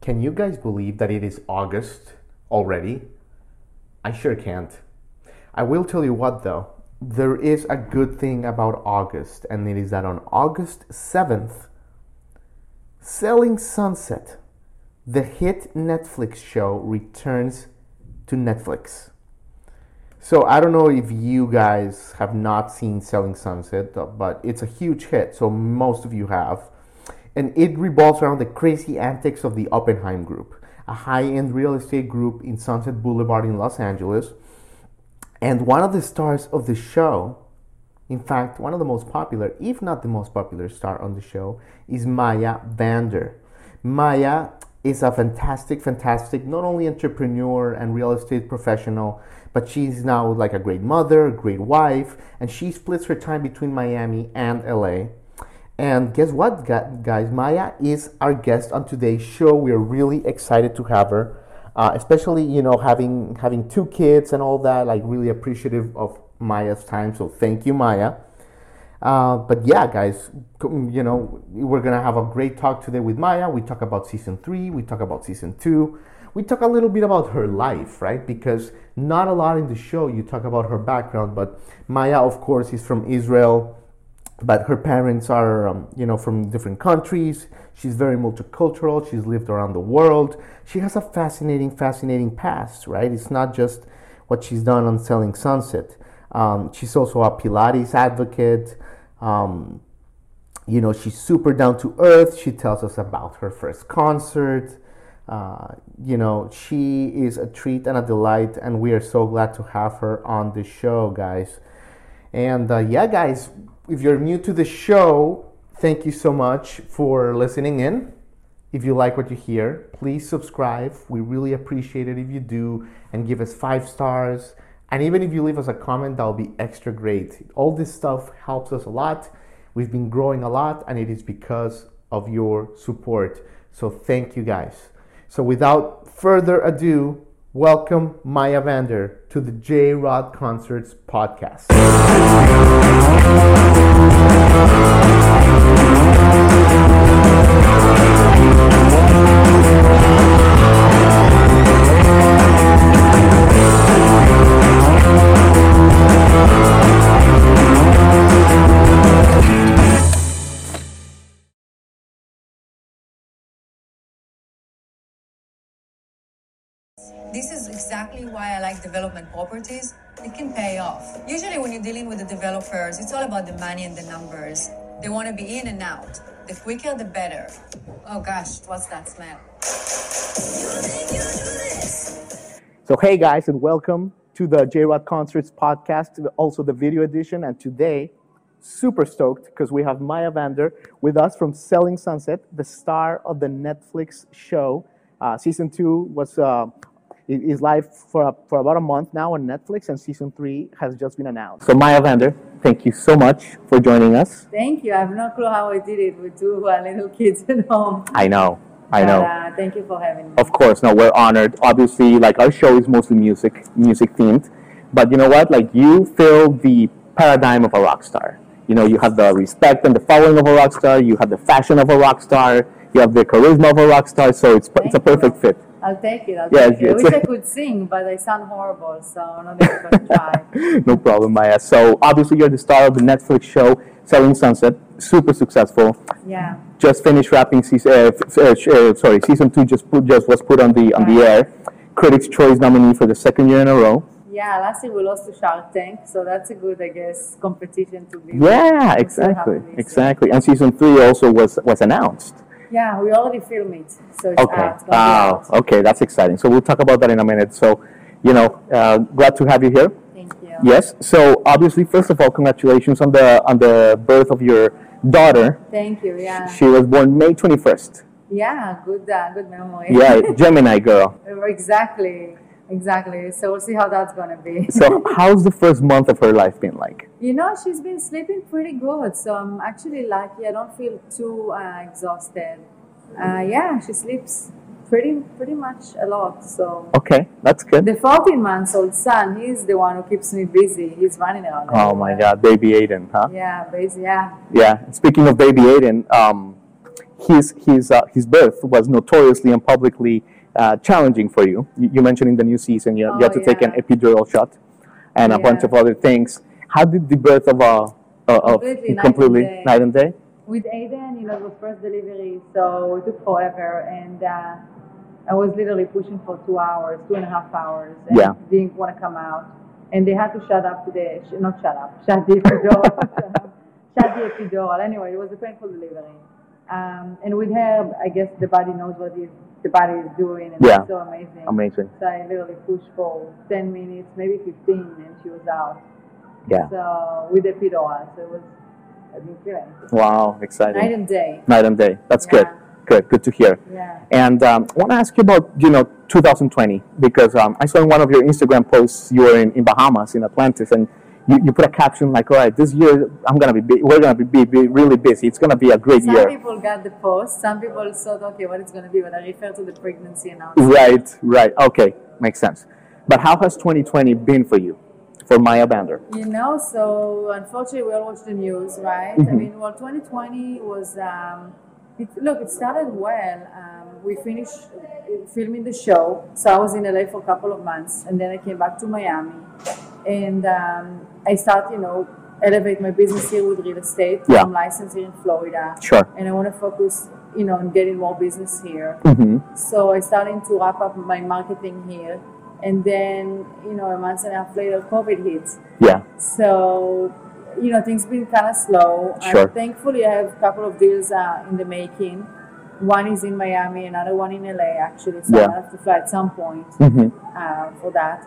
Can you guys believe that it is August already? I sure can't. I will tell you what though. There is a good thing about August, and it is that on August 7th, Selling Sunset, the hit Netflix show, returns to Netflix. So I don't know if you guys have not seen Selling Sunset, but it's a huge hit, so most of you have. And it revolves around the crazy antics of the Oppenheim Group, a high end real estate group in Sunset Boulevard in Los Angeles. And one of the stars of the show, in fact, one of the most popular, if not the most popular star on the show, is Maya Vander. Maya is a fantastic, fantastic, not only entrepreneur and real estate professional, but she's now like a great mother, great wife, and she splits her time between Miami and LA. And guess what, gu- guys? Maya is our guest on today's show. We are really excited to have her, uh, especially you know having having two kids and all that. Like really appreciative of Maya's time. So thank you, Maya. Uh, but yeah, guys, c- you know we're gonna have a great talk today with Maya. We talk about season three. We talk about season two. We talk a little bit about her life, right? Because not a lot in the show you talk about her background. But Maya, of course, is from Israel but her parents are um, you know from different countries she's very multicultural she's lived around the world she has a fascinating fascinating past right it's not just what she's done on selling sunset um, she's also a pilates advocate um, you know she's super down to earth she tells us about her first concert uh, you know she is a treat and a delight and we are so glad to have her on the show guys and uh, yeah, guys, if you're new to the show, thank you so much for listening in. If you like what you hear, please subscribe. We really appreciate it if you do and give us five stars. And even if you leave us a comment, that'll be extra great. All this stuff helps us a lot. We've been growing a lot, and it is because of your support. So thank you guys. So without further ado, welcome Maya Vander to the J Rod Concerts podcast. This is exactly why I like development properties. It can pay off. Usually, when you're dealing with the developers, it's all about the money and the numbers. They want to be in and out. The quicker, the better. Oh gosh, what's that smell? So, hey guys, and welcome to the J Rod Concerts podcast, also the video edition. And today, super stoked because we have Maya Vander with us from Selling Sunset, the star of the Netflix show. Uh, season two was uh, i- is live for, a, for about a month now on Netflix, and season three has just been announced. So, Maya Vander, thank you so much for joining us. Thank you. I have no clue how I did it with two uh, little kids at home. I know, I But, know. uh, thank you for having me. Of course, no, we're honored. Obviously, like our show is mostly music, music themed. But you know what? Like you fill the paradign of a rock star. You know, you have the respect and the following of a rock star. You have the fashion of a rock star. You have the charisma of a rock star. So it's it's a Thank you. perfect fit. I'll take it. I'll Yeah, take it. I it's- wish I could sing, but I sound horrible, so I'm not even going to try. no problem, Maya. So obviously, you're the star of the Netflix show Selling Sunset. Super successful. Yeah. just finished wrapping season. Uh, f- uh, sh- uh, sorry, season two just put, just was put on the on the air. Critics' Choice nominee for the second year in a row. Yeah, last year we lost to Shark Tank, so that's a good, I guess, competition to be in. Yeah, We'll see what exactly, happens this year. exactly. And season three also was was announced. Yeah, we already filmed it, so it's Okay. out. It's gonna be Wow. out. Ah, Okay, that's exciting. So we'll talk about that in a minute. So, you know, uh, glad to have you here. Thank you. Yes. So obviously, first of all, congratulations on the on the birth of your daughter. Thank you. Yeah. She was born May twenty first. Yeah, good, uh, good memory. Yeah, Gemini girl. exactly. Exactly. So we'll see how that's going to be. So how's the first month of her life been like? You know, she's been sleeping pretty good, so I'm actually lucky. I don't feel too uh, exhausted. Uh, yeah, she sleeps pretty pretty much a lot. So Okay, that's good. the 14 months old son, he's the one who keeps me busy. He's running around. Oh my everywhere. God, baby Aiden, huh? Yeah, busy. Yeah, Yeah. Speaking of baby Aiden, um, his his uh, his birth was notoriously and publicly uh, challenging for you. you. You mentioned in the new season you, you had Oh, to take an yeah. epidural shot and a bunch Yeah. of other things. How did the birth of a uh, of Completely, night and completely day. night and day? with Aiden, you know, it was first delivery, so it took forever, and uh, I was literally pushing for two hours, two and a half hours, and Yeah. didn't want to come out. And they had to shut up the, sh- not shut up, shut the epidural, shut the epidural. Anyway, it was a painful delivery. Um, and with her, I guess the body knows what is, the body is doing, and Yeah. it's so amazing. Amazing. So I literally pushed for 10 minutes, maybe 15, and she was out. Yeah. So with the epidural, so it was, I've been feeling. Wow, exciting. Night and day. night and day. That's Yeah. good. Good. Good to hear. Yeah. And um, I want to ask you about you know 2020 because um, I saw in one of your Instagram posts you were in, in Bahamas in Atlantis and you, you put a caption like, "All right, this year I'm gonna be bu- we're gonna be, be, be really busy. It's gonna be a great Some year." people got the post. Some people thought, okay, what it's going to be, but I refer to the pregnancy announcement. Right. Right. Okay. Makes sense. But how has 2020 been for you, for Maya Bander? You know, so unfortunately, we all watch the news, right? I mean, well, 2020 was, um, it, look, it started well. Um, we finished uh, filming the show. So I was in LA for a couple of months, and then I came back to Miami. And um, I start, you know, elevate my business here with real estate. Yeah. I'm licensed here in Florida. Sure. And I want to focus, you know, on getting more business here. hmm So I started to wrap up my marketing here. And then, you know, a month and a half later, COVID hits. Yeah. So, you know, things been kind of slow. Sure. And thankfully, I have a couple of deals uh, in the making. One is in Miami, another one in LA, actually. So Yeah. I have to fly at some point hmm uh, for that.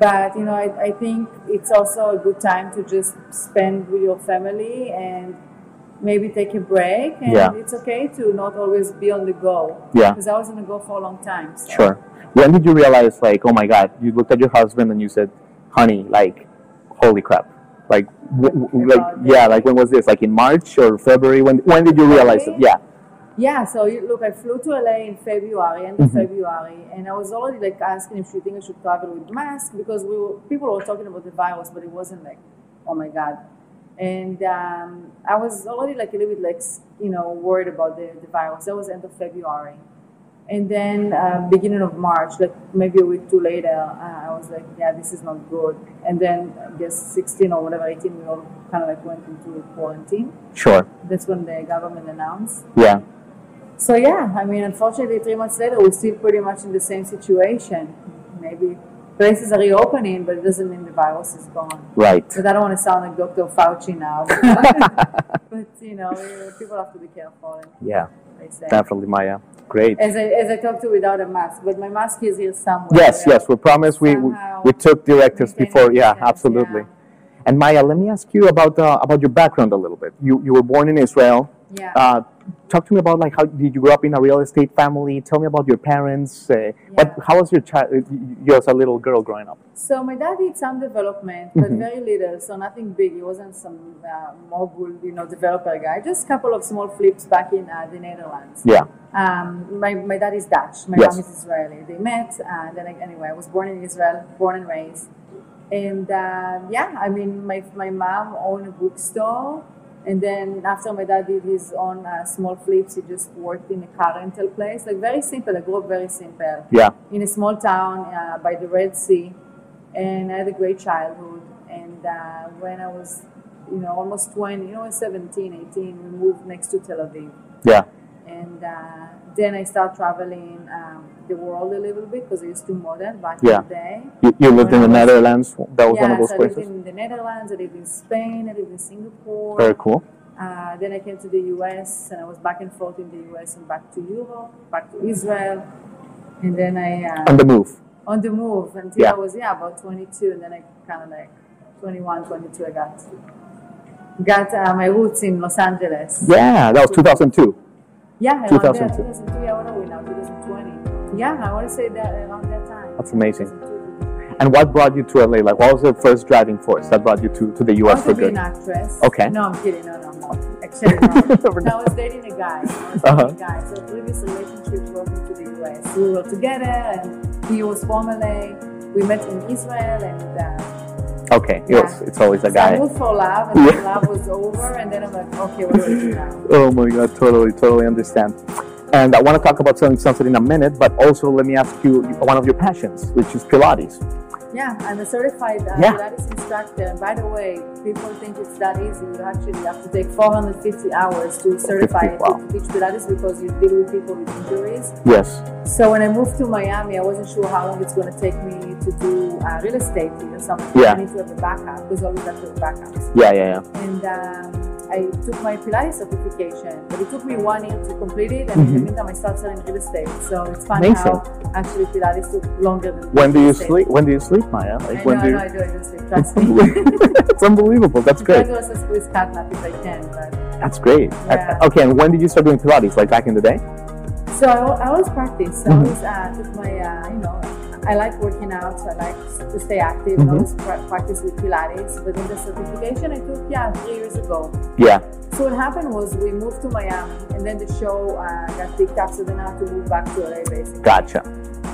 But, you know, I, I think it's also a good time to just spend with your family and maybe take a break. And Yeah. it's okay to not always be on the go. Yeah. Because I was on the go for a long time. so- Sure. When did you realize, like, oh my God, you looked at your husband and you said, honey, like, holy crap. Like, w- w- like About yeah, like when was this? Like in March or February? When when did you realize it? February? Yeah. Yeah, so you, look, I flew to LA in February, end of February, and I was already like asking if she think I should travel with mask because we were, people were talking about the virus, but it wasn't like, oh my god. And um, I was already like a little bit like you know worried about the, the virus. That was end of February, and then uh, beginning of March, like maybe a week two later, uh, I was like, yeah, this is not good. And then I guess 16 or whatever, 18, we all kind of like went into quarantine. Sure. That's when the government announced. Yeah. So yeah, I mean, unfortunately, three months later, we're still pretty much in the same situation. Maybe places are reopening, but it doesn't mean the virus is gone. Right. But I don't want to sound like Dr. Fauci now. but you know, people have to be careful. Yeah. They say. Definitely, Maya. Great. As I, as I talk to without a mask, but my mask is here somewhere. Yes, yes. We promise we we, Somehow we took directors make any before. Yeah, sense, absolutely. yeah. And Maya, let me ask you about uh, about your background a little bit. You you were born in Israel. Yeah. Uh, talk to me about like how did you grow up in a real estate family? Tell me about your parents. Uh, What Yeah. how was your child? You as a little girl growing up. So my dad did some development, but Mm-hmm. very little, so nothing big. He wasn't some uh, mogul, you know, developer guy. Just a couple of small flips back in uh, the Netherlands. Yeah. Um, my, my dad is Dutch. My Yes. mom is Israeli. They met, and then I- anyway, I was born in Israel, born and raised. And uh, yeah, I mean, my, my mom owned a bookstore. And then after my dad did his own uh, small flips, he just worked in a car rental place. Like very simple. I grew up very simple Yeah. in a small town uh, by the Red Sea, and I had a great childhood. And uh, when I was, you know, almost 20, you know, 17, 18, we moved next to Tel Aviv. Yeah. And uh, then I started traveling um, the world a little bit because I used to model back Yeah. in the day. You, you lived in the When I was- Netherlands. That was one of those so I lived places. in the Netherlands, I lived in Spain, I lived in Singapore. Very cool. Uh, then I came to the US and I was back and forth in the US and back to Europe, back to Israel. And then I. Uh, On the move. on the move until Yeah. I was yeah about 22 and then I kind of like 21 22 I got got uh, my roots in Los Angeles Yeah, that was 2002. yeah around there, 2002. 2002 yeah what are we now 2020 yeah I want to say that around that time That's amazing. 2002. And what brought you to LA? Like, what was the first driving force that brought you to, to the I US want for to be good? an actress Okay. no I'm kidding no no no actually no. no I was dating a guy I was dating Uh-huh. a guy so previous relationship brought me to the US we were together and he was from LA we met in Israel and uh, Okay, yes, it's always a So I guy. moved for love, and then Yeah. love was over, and then I'm like, okay, what do I do now? Oh my god, totally, totally understand. And I want to talk about selling sunset in a minute, but also let me ask you one of your passions, which is Pilates. Yeah, I'm a certified uh, Yeah. Pilates instructor. And by the way, people think it's that easy. You actually have to take 450 hours to certify and wow. to teach Pilates because you deal with people with injuries. Yes. So when I moved to Miami, I wasn't sure how long it's going to take me to do uh, real estate or something. Yeah. I need to have a backup because always have to have backups. Yeah, yeah, yeah. And um, I took my Pilates certification, but it took me one year to complete it. And in the Mhm. meantime, I started selling real estate. So it's fun Amazing. how actually Pilates took longer than When do real you estate. sleep? When do you sleep, Maya? I Like when know, I do you? know, I do, I do sleep. Trust me. it's unbelievable. That's I great. do also squeeze cat nap if I can. But. That's great. Yeah. Okay, and when did you start doing Pilates? Like back in the day? So I, al- I always practice. So I Mhm. always uh, took my, uh, you know, I like working out. So I like s- to stay active. and Mhm. always pra- practice with Pilates. But then the certification I took, yeah, three years ago. Yeah. So what happened was we moved to Miami, and then the show uh, got picked up. So then I had to move back to LA, basically. Gotcha.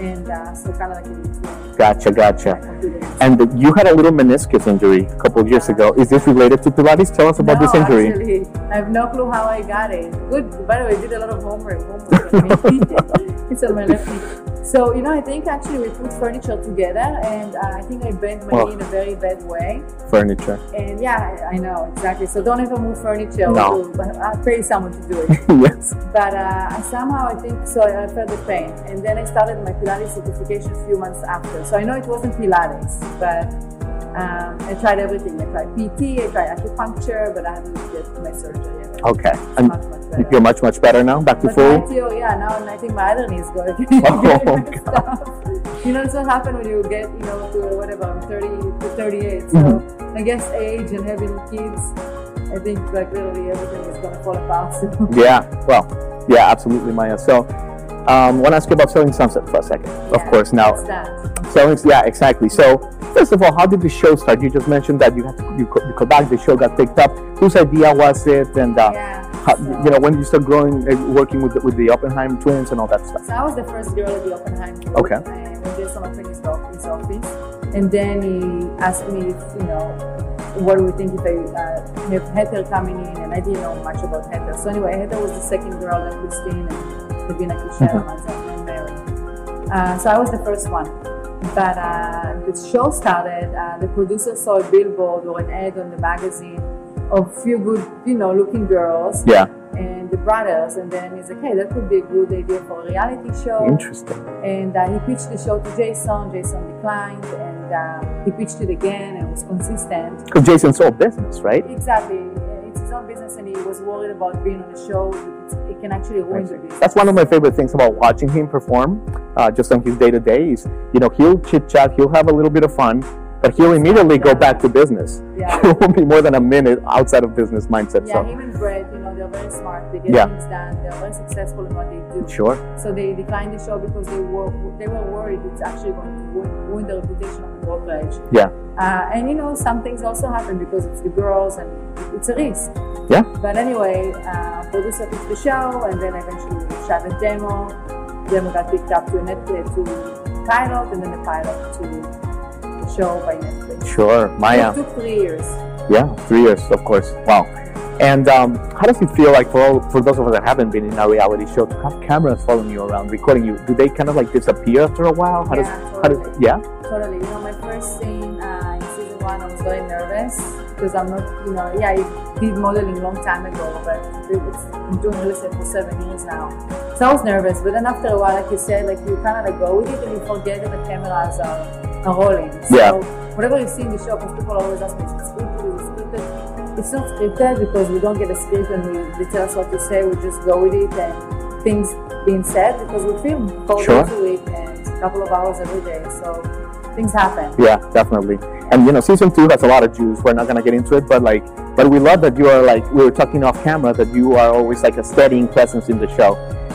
And uh, so kind of like in between. Gotcha. Gotcha. Gotcha. And you had a little meniscus injury a couple of years ago. Is this related to Pilates? Tell us about no, this injury. Actually, I have no clue how I got it. Good. By the way, I did a lot of homework. homework on my- it's on my left knee. So, you know, I think actually we put furniture together and uh, I think I bent my Wow. knee in a very bad way. Furniture. And yeah, I, I know, exactly. So don't ever move furniture. No. We'll- I'll pay someone to do it. yes. but uh, I somehow I think, so I felt the pain. And then I started my Pilates certification a few months after. So I know it wasn't Pilates, but. Um, I tried everything. I tried PT, I tried acupuncture, but I haven't get my surgery yet. Okay. Oh, And Much, much better. you're much much better now. Back to But full. my theo, yeah, now I think my other knee is going to Oh, God. You know, that's what happens when you get, you know, to whatever, I'm 30 to 38. So Mm-hmm. I guess age and having kids, I think like literally everything is going to fall apart soon. Yeah, well, yeah, absolutely, Maya. So, um, want to ask you about selling sunset for a second? Of Yeah, course. Now, that's that. selling, yeah, exactly. So, first of all, how did the show start? You just mentioned that you had to you, co- you go back. The show got picked up. Whose idea was it? And uh, Yeah. how, so- you know, when did you start growing, uh, working with the, with the Oppenheim twins and all that stuff? So I was the first girl at the Oppenheim group. Okay. And when Jason opened his office, his office, and then he asked me if, you know, what do we think if I uh, have Heather coming in, and I didn't know much about Heather. So anyway, Heather was the second girl, then Christine, and Regina Mm-hmm. Kuchera, myself, and Mary. Uh, so I was the first one. But uh, the show started, uh, the producer saw a billboard or an ad on the magazine of few good, you know, looking girls Yeah, and the brothers. And then he's like, hey, that could be a good idea for a reality show. interesting. And uh, he pitched the show to Jason. Jason declined, and uh, he pitched it again and was consistent. Because Jason sold business, right? Exactly. uh, It's his own business, and he was worried about being on a show. It's, it can actually ruin the business. That's one of my favorite things about watching him perform, uh, just on his day to day. Is you know he'll chit chat, he'll have a little bit of fun, but he'll immediately go back to business. Yeah. He won't be more than a minute outside of business mindset. Yeah, so him and Brett, you know, they're very smart. They get Yeah. things done. They're very successful in what they do. sure, So they declined the show because they were they were worried it's actually going to ruin, ruin the reputation of the brokerage. yeah, Uh, and you know, some things also happen because it's the girls and it's a risk. Yeah. But anyway, uh, producer picked the show and then eventually we shot a demo. Demo got picked up to a Netflix to pilot and then the pilot to the show by Netflix. sure, Maya. It took three years. Yeah, three years, of course. Wow. And um, how does it feel like for all, for those of us that haven't been in a reality show to have cameras following you around, recording you? Do they kind of like disappear after a while? How Yeah, does how does totally. yeah? Totally. You know, my first scene uh, in season one, I was very nervous because I'm not, you know, yeah, I did modeling a long time ago, but it's, I'm doing real estate for seven years now. So I was nervous, but then after a while, like you said, like you kind of like go with it and you forget that the cameras are, are rolling. So Yeah. whatever you see in the show, because people always ask me, is it scripted? Is it scripted? It's not scripted because we don't get a script and we, they tell us what to say, we just go with it and things being said because we film four Sure. days a week and a couple of hours every day. So things happen. Yeah, definitely. And you know, season two has a lot of Jews. We're not gonna get into it, but like, but we love that you are like we were talking off camera that you are always like a steadying presence in the show.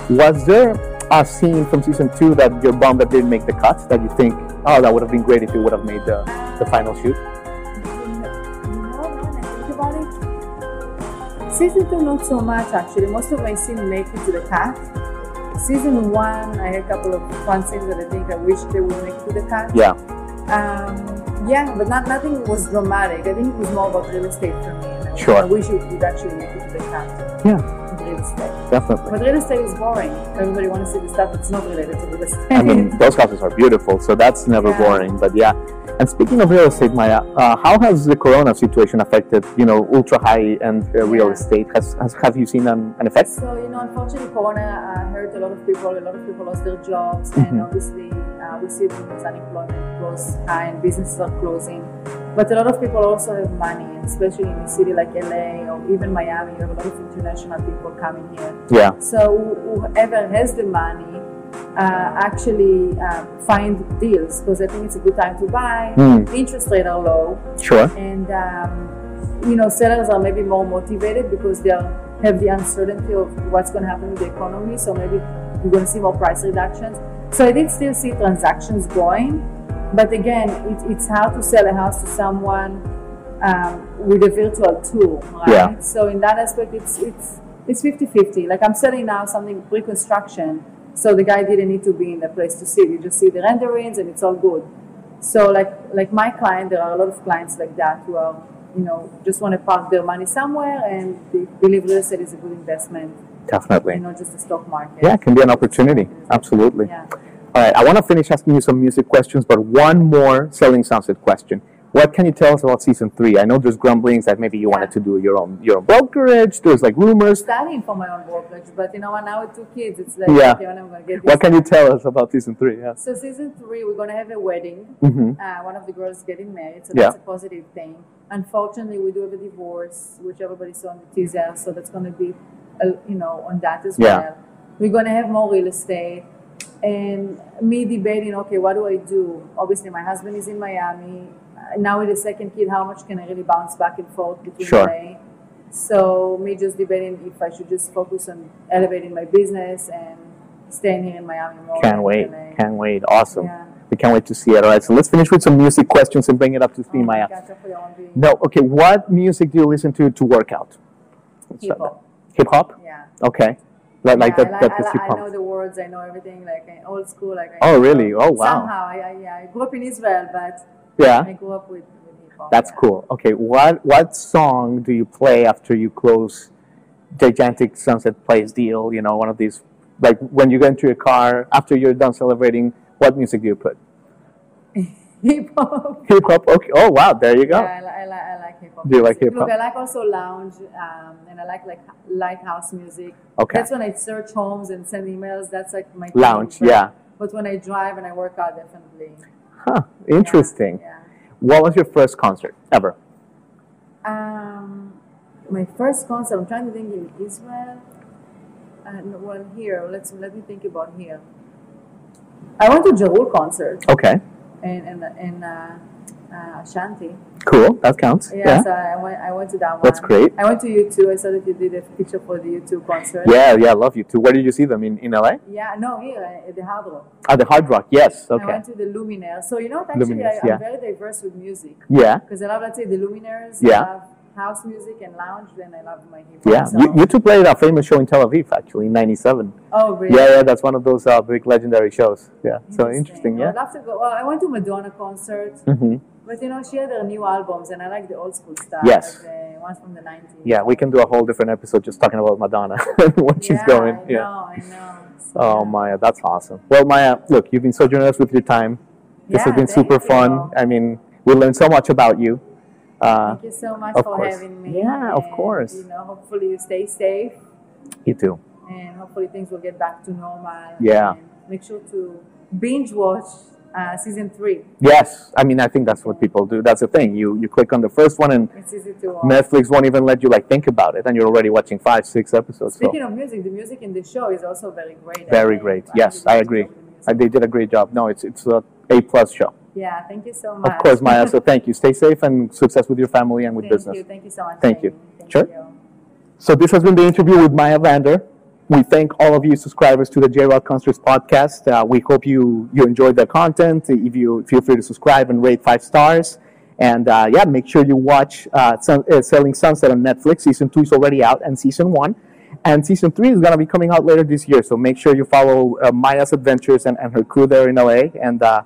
Was there a scene from season two that you're bummed that didn't make the cut that you think, oh, that would have been great if it would have made the, the final shoot? You know, when I think about it, season two, not so much actually. Most of my scenes make it to the cut. Season one, I had a couple of fun scenes that I think I wish they would make it to the cut. Yeah, Um, yeah, but not, nothing was dramatic. I think it was more about real estate for me. And I- Sure. I wish you could actually make it to the capital Yeah, of real estate. definitely. But real estate is boring. Everybody wants to see the stuff that's not related to real estate. I mean, those houses are beautiful, so that's never Yeah. boring. But yeah, and speaking of real estate, Maya, uh, how has the Corona situation affected, you know, ultra high and uh, real Yeah. estate? Has, has have you seen an, an effect? So you know, unfortunately, Corona uh, hurt a lot of people. A lot of people lost their jobs, and obviously, uh, we see that unemployment goes high and businesses are closing. But a lot of people also have money, and especially in a city like LA or even Miami. You have a lot of international people coming here. Yeah, So whoever has the money uh, actually uh, find deals because I think it's a good time to buy. Mm. The interest rates are low sure. and um, you know sellers are maybe more motivated because they are, have the uncertainty of what's going to happen with the economy so maybe you're going to see more price reductions so i did still see transactions going but again it, it's how to sell a house to someone um, with a virtual tool right Yeah. so in that aspect it's it's it's 50-50 like i'm selling now something pre-construction so the guy didn't need to be in the place to see it. you just see the renderings and it's all good so like like my client, there are a lot of clients like that who are you know just want to park their money somewhere and they believe real estate is a good investment Definitely. and not just the stock market. Yeah, it can be an opportunity. Absolutely. Yeah. All right, I want to finish asking you some music questions, but one more Selling Sunset question. What can you tell us about season three? I know there's grumblings that maybe you wanted to Yeah. do your own your own brokerage. There's like rumors. Studying for my own brokerage, but you know what? Now with two kids, it's like Yeah. okay, when I'm gonna get this. What can you tell us about season three? Yes. so season three, we're gonna have a wedding. Mhm. Uh, one of the girls getting married, so Yeah. that's a positive thing. Unfortunately, we do have a divorce, which everybody saw on the teaser, so that's gonna be, uh, you know, on that as Yeah. well. We're gonna have more real estate. and me debating, okay, what do I do? Obviously, my husband is in Miami. Uh, Now with the second kid, how much can I really bounce back and forth between Sure. LA? So me just debating if I should just focus on elevating my business and staying here in Miami more. Can't than wait. LA. Can't wait. Awesome. Oh, Yeah. We can't wait to see it. All right, so let's finish with some music questions and bring it up to Oh theme, my Maya. gosh, I feel hungry. No, okay. What music do you listen to to work out? Hip-hop. Hip hop. Yeah. Okay. Like, like Yeah, that. I, that I, is hip I, I know hop. the words. I know everything. Like I- old school. Like I Oh, really? Oh, wow. Somehow, I, I, yeah, I grew up in Israel, but Yeah. I grew up with, with hip hop. That's yeah. cool. Okay, what what song do you play after you close gigantic Sunset Place deal? You know, one of these like when you get into your car after you're done celebrating. What music do you put? Hip hop. Hip hop. Okay. Oh wow, there you go. Yeah, I, li- I, li- I like hip hop. Do you like music. hip-hop? Look, I like also lounge, um, and I like like light house music. Okay. That's when I search homes and send emails. That's like my Lounge, favorite. yeah. But when I drive and I work out, definitely. Yeah, Huh. Interesting. Yeah. What was your first concert ever? Um, my first concert. I'm trying to think in Israel. And well, here. Let's let me think about here. I went to Jarul concert Okay. and and and uh, uh, Ashanti. Cool. That counts. Yeah, Yeah. so I went, I went to that one. That's great. I went to U2. I saw that you did a picture for the U2 concert. Yeah. yeah, I love you too. Where did you see them in in LA? Yeah, no, here uh, at the Hard Rock. At the Hard Rock. Yes. I Okay. went to the Luminaires. So, you know, what, actually, Luminaires, I, yeah. I'm very diverse with music. Yeah. Because I love, let's say, the Luminaires. Yeah. I love house music and lounge, and I love my hip hop. Yeah. So. You, you two played a famous show in Tel Aviv actually in '97. oh, really? Yeah, yeah, that's one of those uh, big legendary shows. Yeah, so interesting. I'd Yeah, love to go. Well, I went to Madonna concert. Mhm. But, you know, she had her new albums, and I like the old school stuff. Yes. Like the ones from the 90s. yeah, we can do a whole different episode just talking about Madonna when she's Yeah, going. I yeah. know, I know. So, Oh, Maya, that's awesome. Well, Maya, look, you've been so generous with your time. This has Yeah, been super thank fun. you. I mean, we learned so much about you. Uh, Thank you so much Of for course. having me. Yeah, of and, course. You know, hopefully you stay safe you too. and hopefully things will get back to normal. Yeah. And make sure to binge watch uh, season three. Yes, I mean, I think that's what people do. That's the thing. You you click on the first one and It's easy to uh, watch. Netflix won't even let you like think about it, and you're already watching five, six episodes. So. Speaking of music, the music in the show is also very great. I Very think. great. think Yes, the I music agree. of the music- Uh, They did a great job. No, it's it's a A plus show. Yeah, thank you so much. Of course, Maya. So thank you. Stay safe and success with your family and with thank business. you. Thank you so much. Thank you. Jamie. Thank Sure. you. So this has been the interview with Maya Vander. We thank all of you subscribers to the J Rock Concerts podcast. Uh, we hope you you enjoyed the content. If you feel free to subscribe and rate five stars, and uh, yeah, make sure you watch uh, Sun, uh, Selling Sunset on Netflix. Season two is already out, and season one, and season three is gonna be coming out later this year. So make sure you follow uh, Maya's adventures and, and her crew there in LA. And uh,